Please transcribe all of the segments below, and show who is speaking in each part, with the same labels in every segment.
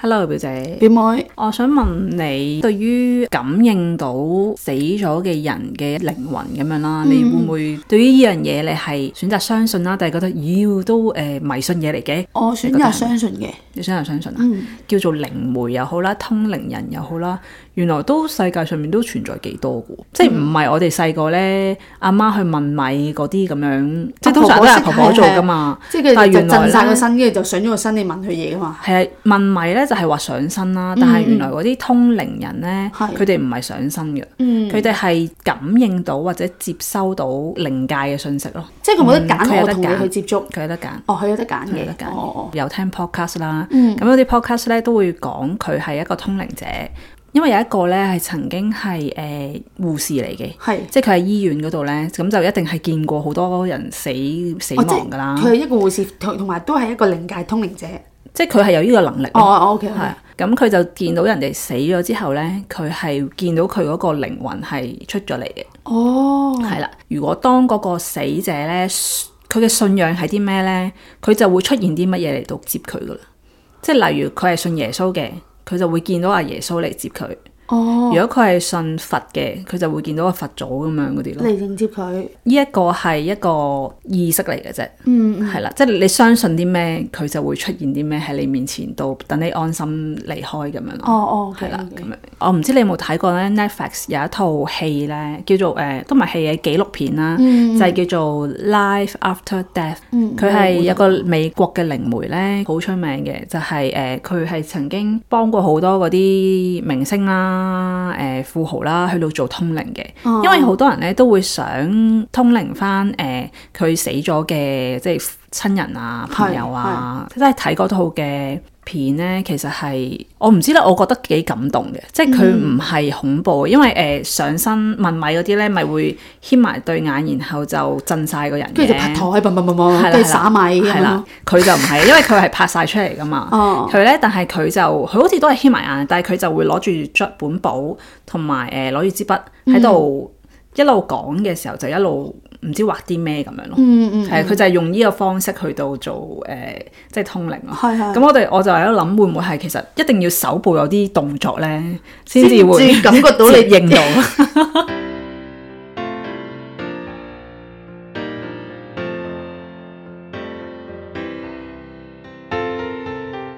Speaker 1: Hello 表姐，
Speaker 2: 表妹，
Speaker 1: 我想問你對於感應到死咗嘅人嘅靈魂咁樣
Speaker 2: 嗯
Speaker 1: 啦，你會唔會對於呢樣嘢你係選擇相信啦，定係覺得妖都誒、呃迷信嘢嚟嘅？
Speaker 2: 我選擇相信嘅，
Speaker 1: 你想唔相信啊？
Speaker 2: 嗯
Speaker 1: 叫做靈媒又好啦，通靈人又好啦，原來都世界上面都存在幾多
Speaker 2: 嗯
Speaker 1: 嘅喎，即係唔係我哋細個咧阿媽去問米嗰啲咁樣，即係通常都係婆
Speaker 2: 婆婆
Speaker 1: 婆
Speaker 2: 識
Speaker 1: 做噶嘛。
Speaker 2: 即係佢
Speaker 1: 但係
Speaker 2: 就
Speaker 1: 原來
Speaker 2: 震晒
Speaker 1: 咧
Speaker 2: 個身，跟住就上咗個身，你問佢嘢噶嘛。
Speaker 1: 係啊，問米咧就係話上身啦，但係原來嗰啲通靈人咧，
Speaker 2: 嗯係
Speaker 1: 佢哋唔係上身嘅，
Speaker 2: 嗯，
Speaker 1: 佢哋係感應到或者接收到靈界嘅信息咯，
Speaker 2: 即係佢冇得
Speaker 1: 佢
Speaker 2: 揀，
Speaker 1: 有
Speaker 2: 我
Speaker 1: 得
Speaker 2: 同
Speaker 1: 揀
Speaker 2: 你去接觸。
Speaker 1: 佢有得揀。
Speaker 2: 哦，佢有得揀
Speaker 1: 佢有得
Speaker 2: 嘅，
Speaker 1: 揀
Speaker 2: 哦哦，嗯
Speaker 1: 有聽 podcast 啦，咁有啲 podcast 咧都會講佢係一個通靈者，因為有一個咧係曾經係誒護士嚟嘅，
Speaker 2: 係，
Speaker 1: 即係佢喺醫院嗰度咧，咁就一定係見過好多人死死
Speaker 2: 哦即
Speaker 1: 亡㗎啦，
Speaker 2: 佢係一個護士，同同埋都係一個靈界通靈者。
Speaker 1: 即係佢係有呢個能力
Speaker 2: 哦
Speaker 1: 咯。
Speaker 2: 哦，OK，
Speaker 1: 係啊，咁佢就見到人哋死咗之後咧，佢係見到佢嗰個靈魂係出咗嚟嘅，
Speaker 2: 哦，
Speaker 1: 係啦、如果當嗰個死者咧，佢嘅信仰係啲咩咧，佢就會出現啲乜嘢嚟到接佢噶啦。即係例如佢係信耶穌嘅，佢就會見到阿耶穌嚟接佢；
Speaker 2: 哦，
Speaker 1: 如果佢係信佛嘅，佢就會見到個佛祖咁樣嗰啲咯。
Speaker 2: 嚟迎接佢。
Speaker 1: 呢一個係一個意識嚟嘅啫，
Speaker 2: 嗯，
Speaker 1: 係啦、即係你相信啲咩，佢就會出現啲咩喺你面前度，等你安心離開咁樣咯。
Speaker 2: 哦
Speaker 1: 嗯
Speaker 2: 哦，
Speaker 1: 係
Speaker 2: 係
Speaker 1: 啦，
Speaker 2: 啦，
Speaker 1: 咁樣我唔知你有冇睇過咧，Netflix 有一套戲咧，叫做誒、呃都唔係戲嘅紀錄片啦，就係叫做《Life After Death》。佢
Speaker 2: 嗯
Speaker 1: 係有個美國嘅靈媒咧，好出名嘅，就係誒佢係曾經幫過好多嗰啲明星啦、誒、富豪啦，去到做通靈嘅，
Speaker 2: 哦
Speaker 1: 因為好多人咧都會想通靈翻誒佢死咗嘅即係親人啊、
Speaker 2: 係
Speaker 1: 朋友啊，即係睇嗰套嘅。片咧，其實係我唔知咧，我覺得幾感動嘅，即係佢
Speaker 2: 嗯
Speaker 1: 唔係恐怖嘅，因為誒、呃上身問米嗰啲咧，咪會牽埋對眼，然後就震晒個人嘅，
Speaker 2: 跟住就拍台，砰砰砰砰，
Speaker 1: 係啦
Speaker 2: 跟住撒米咁
Speaker 1: 係
Speaker 2: 樣
Speaker 1: 啦
Speaker 2: 咯。，
Speaker 1: 佢就唔係，因為佢係拍晒出嚟噶嘛。
Speaker 2: 啊哦，
Speaker 1: 佢咧，但係佢就佢好似都係牽埋眼，但係佢就會攞住捽本簿同埋誒攞住支筆喺度
Speaker 2: 嗯
Speaker 1: 一路講嘅時候，就一路唔知畫啲咩咁樣咯。
Speaker 2: 嗯嗯，
Speaker 1: 係佢、就係用呢個方式去到做誒、呃即係通靈咯。
Speaker 2: 係啊係。
Speaker 1: 咁我哋我就喺度諗，會唔會係其實一定要手部有啲動作咧，先至會
Speaker 2: 感覺到你
Speaker 1: 接應到。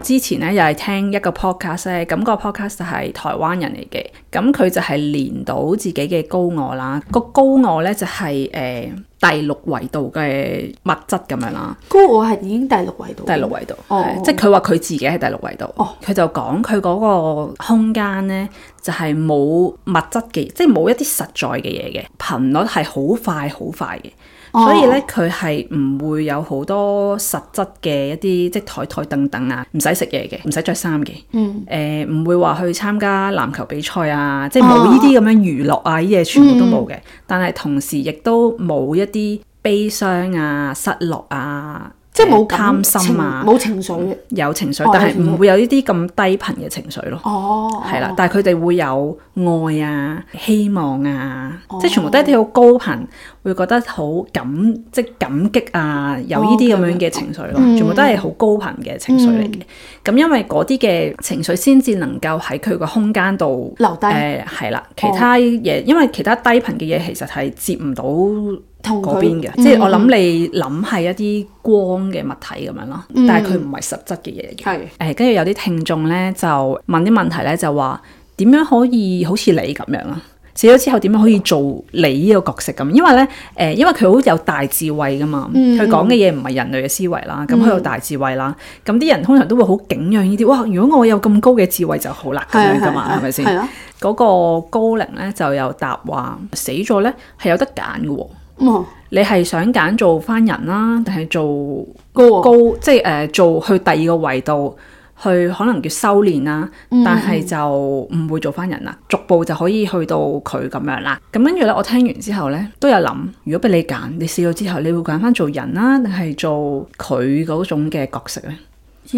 Speaker 1: 之前咧又係聽一個 podcast 咧，咁個 podcast 就係台灣人嚟嘅，咁佢就係連到自己嘅高我啦，個高我咧就係、呃第六維度嘅物質咁樣啦。
Speaker 2: 高我係已經第六維度。
Speaker 1: 第六維度，
Speaker 2: 哦
Speaker 1: 係即係佢話佢自己係第六維度。佢、
Speaker 2: 哦
Speaker 1: 就講佢嗰個空間咧，就係、冇物質嘅，即係冇一啲實在嘅嘢嘅，頻率係好快好快嘅。
Speaker 2: 哦
Speaker 1: 所以咧，佢係唔會有好多實質嘅一啲，即係台台凳凳啊，唔使食嘢嘅，唔使着衫嘅，
Speaker 2: 嗯，
Speaker 1: 誒呃唔、會話去參加籃球比賽
Speaker 2: 哦
Speaker 1: 啊，即係冇呢啲咁樣娛樂啊，呢
Speaker 2: 嗯
Speaker 1: 啲嘢全部都冇嘅。但係同時亦都冇一啲悲傷啊、失落啊，
Speaker 2: 即係冇
Speaker 1: 誒貪
Speaker 2: 感
Speaker 1: 心啊
Speaker 2: 情，冇情緒嘅。
Speaker 1: 有情緒
Speaker 2: 哦，
Speaker 1: 但
Speaker 2: 有
Speaker 1: 係
Speaker 2: 情緒
Speaker 1: 唔會有呢啲咁低頻嘅情緒咯。
Speaker 2: 哦，
Speaker 1: 係啦
Speaker 2: 哦，，
Speaker 1: 但係佢哋會有愛啊、希望啊，
Speaker 2: 哦
Speaker 1: 即係全部都係一啲好高頻，會覺得好感即係感激啊，有呢啲咁樣嘅情緒咯，
Speaker 2: 嗯
Speaker 1: 全部都係好高頻嘅情緒嚟嘅。咁、因為嗰啲嘅情緒先至能夠喺佢個空間度
Speaker 2: 留低哦
Speaker 1: 誒係啦，其他嘢、因為其他低頻嘅嘢其實係接唔到。
Speaker 2: 同
Speaker 1: 嗰
Speaker 2: 佢嗯
Speaker 1: 邊嘅，即係我諗你諗係一啲光嘅物體咁樣咯，
Speaker 2: 嗯
Speaker 1: 但係佢唔係實質嘅嘢嚟嘅。
Speaker 2: 係
Speaker 1: 誒，跟住有啲聽眾咧就問啲問題咧，就話點樣可以好似你咁樣啊？死咗之後點樣可以做你呢個角色咁？因為咧誒、因為佢好有大智慧噶嘛，
Speaker 2: 嗯
Speaker 1: 佢講嘅嘢唔係人類嘅思維啦，咁佢有大智慧啦，咁啲人通常都會好景仰呢啲。哇！如果我有咁高嘅智慧就好啦咁樣噶嘛，係咪先？
Speaker 2: 係啊，
Speaker 1: 嗰個高齡咧就有答話死咗咧係有得揀嘅喎。
Speaker 2: 嗯，
Speaker 1: 你係想揀做翻人啦，定係做
Speaker 2: 高我
Speaker 1: 高即係誒、呃做去第二個維度去可能叫修練啦，但係就唔會做翻人啦，逐步就可以去到佢咁樣啦。咁跟住咧，我聽完之後咧都有諗，如果俾你揀，你試咗之後，你會揀翻做人啦，定係做佢嗰種嘅角色咧？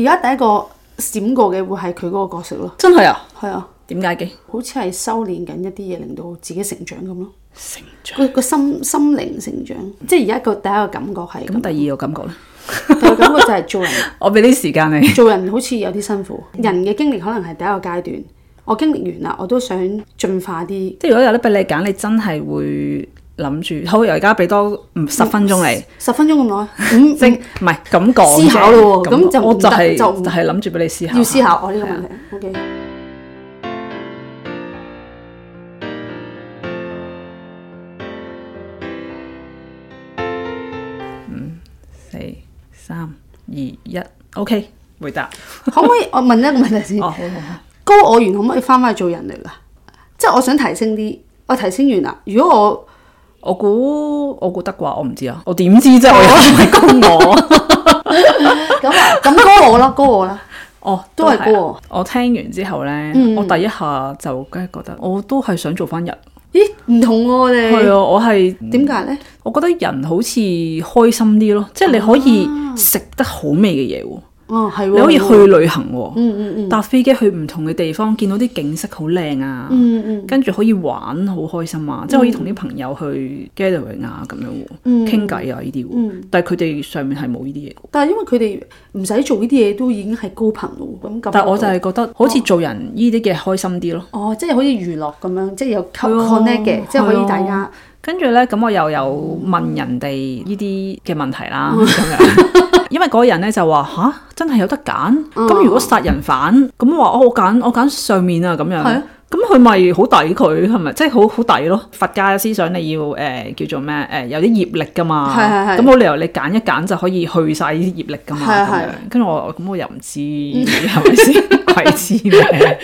Speaker 2: 而家第一個閃過嘅會係佢嗰個角色咯，
Speaker 1: 真係啊？
Speaker 2: 係啊，
Speaker 1: 點解嘅？
Speaker 2: 好似係修練緊一啲嘢，令到自己成長咁咯。
Speaker 1: 成長。
Speaker 2: 個個心心靈成長，即係而家個第一個感覺係
Speaker 1: 咁
Speaker 2: 咁，
Speaker 1: 第二個感覺咧，
Speaker 2: 第二個感覺就係做人。
Speaker 1: 我俾啲時間你。
Speaker 2: 做人好似有啲辛苦，人嘅經歷可能係第一個階段。我經歷完啦，我都想進化啲。
Speaker 1: 即係如果有得俾你揀，你真係會諗住，好，由而家俾多嗯十分鐘你，
Speaker 2: 十分鐘咁耐，五
Speaker 1: 即係唔係咁講啫
Speaker 2: 思考咯喎
Speaker 1: 咁
Speaker 2: 咁就唔
Speaker 1: 我就
Speaker 2: 得
Speaker 1: 係
Speaker 2: 就唔
Speaker 1: 就係諗住俾你思考。啊
Speaker 2: 要思考我呢個問題。O K，
Speaker 1: 四三二一，OK，回答。
Speaker 2: 可唔可以我 問一個問題啊先？
Speaker 1: 哦，好好好。
Speaker 2: 高我完可唔可以翻返去做人類噶？即係我想提升啲，我提升完啦。如果我
Speaker 1: 我估我估得啩，我唔知啊，我點知
Speaker 2: 哦
Speaker 1: 啫？我又唔係高 我。
Speaker 2: 咁啊咁高我啦，高我啦，
Speaker 1: 哦，
Speaker 2: 都係
Speaker 1: 係啊
Speaker 2: 高我。嗯
Speaker 1: 我聽完之後咧，我第一下就梗係覺得，我都係想做翻人。
Speaker 2: 咦，唔同喎我
Speaker 1: 係
Speaker 2: 哋，
Speaker 1: 啊，我係
Speaker 2: 點解咧？
Speaker 1: 我覺得人好似開心啲咯，即係你可
Speaker 2: 啊
Speaker 1: 以食得好味嘅嘢喎，
Speaker 2: 哦，係喎，
Speaker 1: 你可以去旅行喎，
Speaker 2: 嗯，嗯嗯
Speaker 1: 搭飛機去唔同嘅地方，見到啲景色好靚啊，
Speaker 2: 嗯嗯
Speaker 1: 跟住可以玩好開心啊，即係可以同啲朋友去 gathering 啊咁樣
Speaker 2: 嗯
Speaker 1: 喎，傾偈啊呢啲喎，但係佢哋上面係冇呢啲嘢喎。
Speaker 2: 但係因為佢哋唔使做呢啲嘢，都已經係高頻咯。咁咁，
Speaker 1: 但係我就係覺得好似做人呢啲嘅開心啲咯。
Speaker 2: 哦，即係好似娛樂咁樣，即係有
Speaker 1: 係啊
Speaker 2: connect 嘅，即係可
Speaker 1: 係
Speaker 2: 以
Speaker 1: 啊
Speaker 2: 大家
Speaker 1: 跟住咧，咁我又有問人哋呢啲嘅問題
Speaker 2: 嗯
Speaker 1: 啦，咁 樣，因為嗰個人咧就話吓，真係有得揀。
Speaker 2: 嗯
Speaker 1: 咁如果殺人犯，咁話哦我揀我揀上面啊，咁樣
Speaker 2: 係啊，
Speaker 1: 咁佢咪好抵佢係咪？即係好好抵咯。佛家嘅思想你要誒、呃叫做咩誒、呃有啲業力噶嘛，
Speaker 2: 係係
Speaker 1: 咁
Speaker 2: 係
Speaker 1: 冇理由你揀一揀就可以去晒呢啲業力噶嘛，
Speaker 2: 係係
Speaker 1: 咁樣。跟住我咁我又唔知係咪先， 鬼知咩？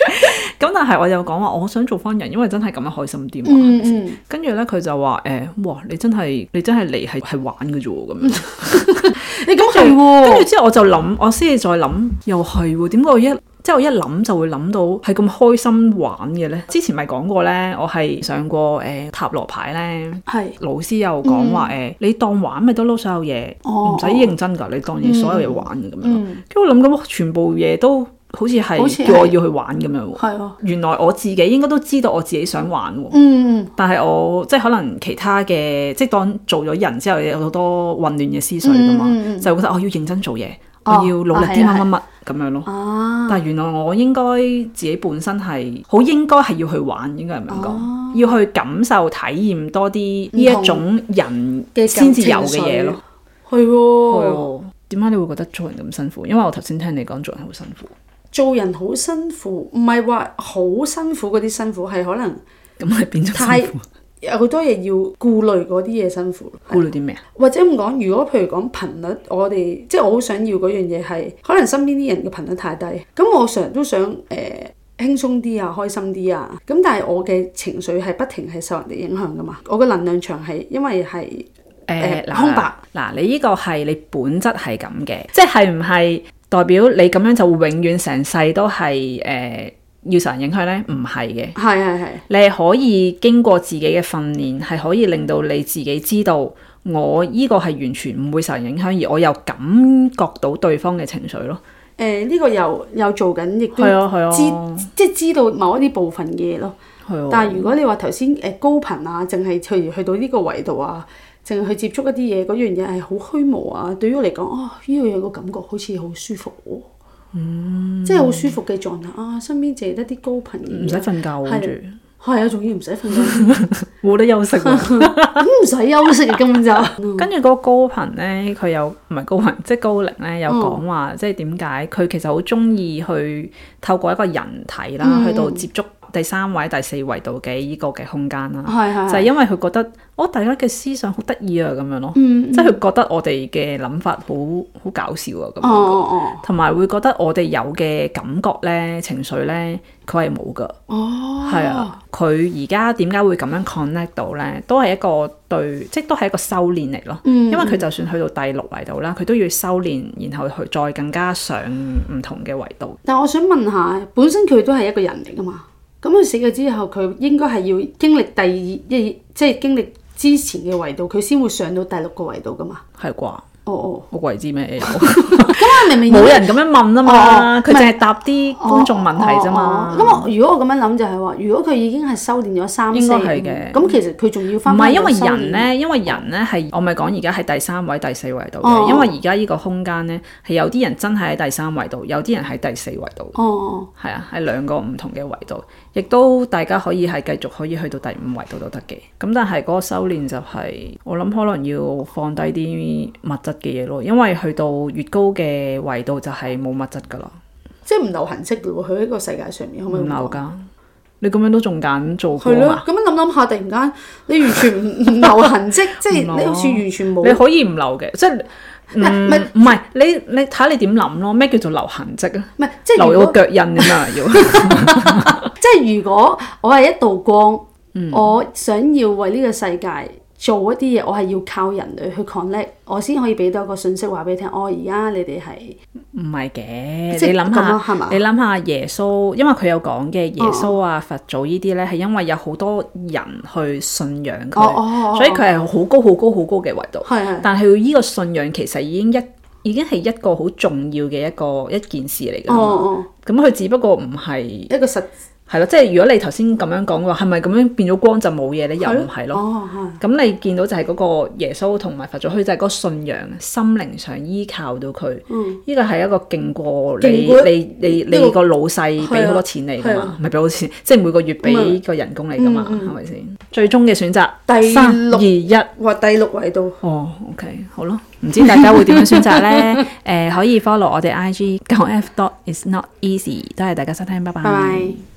Speaker 1: 咁但係我又講話我想做翻人，因為真係咁樣開心啲嘛。
Speaker 2: 嗯嗯，
Speaker 1: 跟住咧，佢就話誒、哇！你真係你真係嚟係係玩嘅啫喎，咁 樣。
Speaker 2: 你咁係
Speaker 1: 跟住
Speaker 2: 喎，
Speaker 1: 之後我就諗，我先至再諗，又係喎。點解我一即係我一諗就會諗到係咁開心玩嘅咧？之前咪講過咧，我係上過誒、塔羅牌咧。
Speaker 2: 係
Speaker 1: 老師又講話誒，你當玩咪得咯，所有嘢
Speaker 2: 嗯哦
Speaker 1: 唔使認真㗎，你當嘢所有嘢玩嘅咁樣。
Speaker 2: 嗯
Speaker 1: 跟住我諗咁，哇全部嘢都好似
Speaker 2: 好似
Speaker 1: 係
Speaker 2: 係
Speaker 1: 叫我要去玩咁樣喎。
Speaker 2: 係啊，
Speaker 1: 原來我自己應該都知道我自己想玩喎。
Speaker 2: 嗯
Speaker 1: 但係我即係可能其他嘅，即係當做咗人之後，有好多混亂嘅思緒噶嘛，
Speaker 2: 嗯嗯嗯
Speaker 1: 就會啊覺得我要認真做嘢，
Speaker 2: 哦
Speaker 1: 我要努力啲乜
Speaker 2: 啊係
Speaker 1: 乜乜咁樣咯。
Speaker 2: 嗯啊，
Speaker 1: 但係原來我應該自己本身係好應該係要去玩，應該係咁講，
Speaker 2: 哦
Speaker 1: 要去感受體驗多啲呢
Speaker 2: 唔同
Speaker 1: 一種人
Speaker 2: 嘅哦
Speaker 1: 先至有嘅嘢咯。
Speaker 2: 係
Speaker 1: 係
Speaker 2: 喎，
Speaker 1: 喎點解你會覺得做人咁辛苦？因為我頭先聽你講做人好辛苦，
Speaker 2: 做人好辛苦，唔係話好辛苦嗰啲辛苦，係可能
Speaker 1: 咁係變咗
Speaker 2: 太
Speaker 1: 辛苦。
Speaker 2: 有好多嘢要顧慮嗰啲嘢辛苦，
Speaker 1: 顧慮啲咩啊？
Speaker 2: 或者咁講，如果譬如講頻率，我哋即係我好想要嗰樣嘢係，可能身邊啲人嘅頻率太低，咁我成日都想誒、呃、輕鬆啲啊，開心啲啊，咁但係我嘅情緒係不停係受人哋影響噶嘛，我嘅能量場係因為係
Speaker 1: 誒
Speaker 2: 誒
Speaker 1: 呃嗱
Speaker 2: 空白
Speaker 1: 嗱，你呢個係你本質係咁嘅，即係唔係代表你咁樣就會永遠成世都係誒、呃要受人影響咧？唔係嘅，
Speaker 2: 係係係
Speaker 1: 你係可以經過自己嘅訓練，係可以令到你自己知道我呢個係完全唔會受人影響，而我又感覺到對方嘅情緒咯。
Speaker 2: 誒呢個又又做緊，亦都
Speaker 1: 係啊係啊，
Speaker 2: 知即係知道某一啲部分嘅嘢咯。
Speaker 1: 係啊，
Speaker 2: 但係如果你話頭先誒高頻啊，淨係譬如去到呢個維度啊，淨係去接觸一啲嘢，嗰樣嘢係好虛無啊。對於我嚟講，啊呢樣嘢個感覺好似好舒服喎、
Speaker 1: 嗯
Speaker 2: 即係好舒服嘅狀態啊！身邊淨係得啲高頻
Speaker 1: 唔
Speaker 2: 嘅
Speaker 1: 使瞓
Speaker 2: 嘢，
Speaker 1: 覺喎跟
Speaker 2: 係
Speaker 1: 住
Speaker 2: 係啊，仲要唔使 瞓覺，
Speaker 1: 冇得休息喎。
Speaker 2: 咁唔使休息嘅根 本就係
Speaker 1: 跟住嗰個高頻咧，佢有唔係高頻，即係高齡咧，有
Speaker 2: 嗯
Speaker 1: 講話，即係點解佢其實好中意去透過一個人體啦，
Speaker 2: 嗯
Speaker 1: 去到接觸第三位、第四維度嘅依個嘅空間
Speaker 2: 嗯
Speaker 1: 啦，就係
Speaker 2: 係
Speaker 1: 因為佢覺得我大家嘅思想好得意啊，咁樣咯，
Speaker 2: 嗯
Speaker 1: 即係佢覺得我哋嘅諗法好好搞笑啊，咁
Speaker 2: 哦
Speaker 1: 樣，
Speaker 2: 哦
Speaker 1: 同埋會覺得我哋有嘅感覺咧、情緒咧，佢係冇噶。
Speaker 2: 哦哦，
Speaker 1: 係啊，佢而家點解會咁樣 connect 到咧？都係一個對，即係都係一個修練嚟咯。
Speaker 2: 嗯
Speaker 1: 因為佢就算去到第六維度啦，佢都要修練，然後去再更加上唔同嘅維度。
Speaker 2: 但我想問下，本身佢都係一個人嚟噶嘛？咁佢死咗之後，佢應該係要經歷第二，即係經歷之前嘅維度，佢先會上到第六個維度噶嘛？
Speaker 1: 係啩？
Speaker 2: 哦哦，
Speaker 1: 我鬼知 咩 AO？
Speaker 2: 咁啊明明
Speaker 1: 冇人咁樣問啊嘛，
Speaker 2: 哦
Speaker 1: 佢淨係答啲觀眾問題啫
Speaker 2: 哦
Speaker 1: 嘛
Speaker 2: 哦。咁我如果我咁樣諗就係話，如果佢已經係修煉咗三
Speaker 1: 應
Speaker 2: 四
Speaker 1: 該
Speaker 2: 五，
Speaker 1: 係嘅
Speaker 2: 咁其實佢仲要翻
Speaker 1: 唔係因為
Speaker 2: 去修煉
Speaker 1: 人，咧，因為人咧係我咪講而家係第三位、第四位度嘅。
Speaker 2: 哦
Speaker 1: 因為而家呢個空間咧係有啲人真係喺第三位度，有啲人喺第四位度。
Speaker 2: 哦哦，
Speaker 1: 係啊，係兩個唔同嘅維度，亦都大家可以係繼續可以去到第五維度都得嘅。咁但係嗰個修煉就係、我諗可能要放低啲物質嘅嘢咯，因為去到越高嘅維度就係冇物質噶啦，
Speaker 2: 即係唔流行跡嘅喎，佢喺個世界上面可
Speaker 1: 唔
Speaker 2: 唔可以咁
Speaker 1: 流
Speaker 2: 講？
Speaker 1: 噶。你咁樣都仲揀做過
Speaker 2: 係咯
Speaker 1: 啊，
Speaker 2: 咁樣諗諗下，突然間你完全唔唔流行跡，即係
Speaker 1: 唔流
Speaker 2: 你好似完全
Speaker 1: 你
Speaker 2: 冇。
Speaker 1: 可以唔流嘅，即係
Speaker 2: 唔係
Speaker 1: 唔係你你睇下你點諗咯？咩叫做流痕跡啊？
Speaker 2: 唔係，即係如
Speaker 1: 留咗
Speaker 2: 果
Speaker 1: 個腳印咁啊要。
Speaker 2: 即係如果我係一道光，
Speaker 1: 嗯
Speaker 2: 我想要為呢個世界做一啲嘢，我係要靠人類去 connect，我先可以俾到一個信息話俾你聽。哦，而家你哋係
Speaker 1: 唔係嘅，
Speaker 2: 即係
Speaker 1: 你諗
Speaker 2: 咁咯
Speaker 1: 下
Speaker 2: 係嘛，哦
Speaker 1: 你諗下耶穌，哦因為佢有講嘅耶穌啊、佛祖呢啲咧，係因為有好多人去信仰佢，
Speaker 2: 哦哦哦
Speaker 1: 所以佢係好高、好高、好高嘅維度。
Speaker 2: 係係。
Speaker 1: 但係佢呢個信仰其實已經一已經係一個好重要嘅一個一件事嚟㗎
Speaker 2: 哦
Speaker 1: 嘛。
Speaker 2: 哦，
Speaker 1: 咁佢、只不過唔係
Speaker 2: 一個實
Speaker 1: 係咯，即係如果你頭先咁樣講嘅話，係咪咁樣變咗光就冇嘢咧？又唔係咯。
Speaker 2: 哦係。
Speaker 1: 咁你見到就係嗰個耶穌同埋佛祖，佢就係嗰個信仰、心靈上依靠到佢。
Speaker 2: 嗯
Speaker 1: 呢個係一個勁過你
Speaker 2: 勁過
Speaker 1: 你你
Speaker 2: 呢個
Speaker 1: 你個老細
Speaker 2: 係
Speaker 1: 俾
Speaker 2: 啊
Speaker 1: 好多錢你
Speaker 2: 係
Speaker 1: 㗎
Speaker 2: 啊嗯
Speaker 1: 嘛，唔係俾好多錢， 即係每個月俾個人工你㗎嘛，係咪先？最終嘅選擇，
Speaker 2: 第
Speaker 1: 三
Speaker 2: 六
Speaker 1: 二一。
Speaker 2: 哇，第六維度，
Speaker 1: 哦，OK，好咯，唔知大家會點樣選擇呢？ 誒、可以 follow 我哋 IG 九 F dot is not easy，多謝大家收聽，拜
Speaker 2: 拜拜。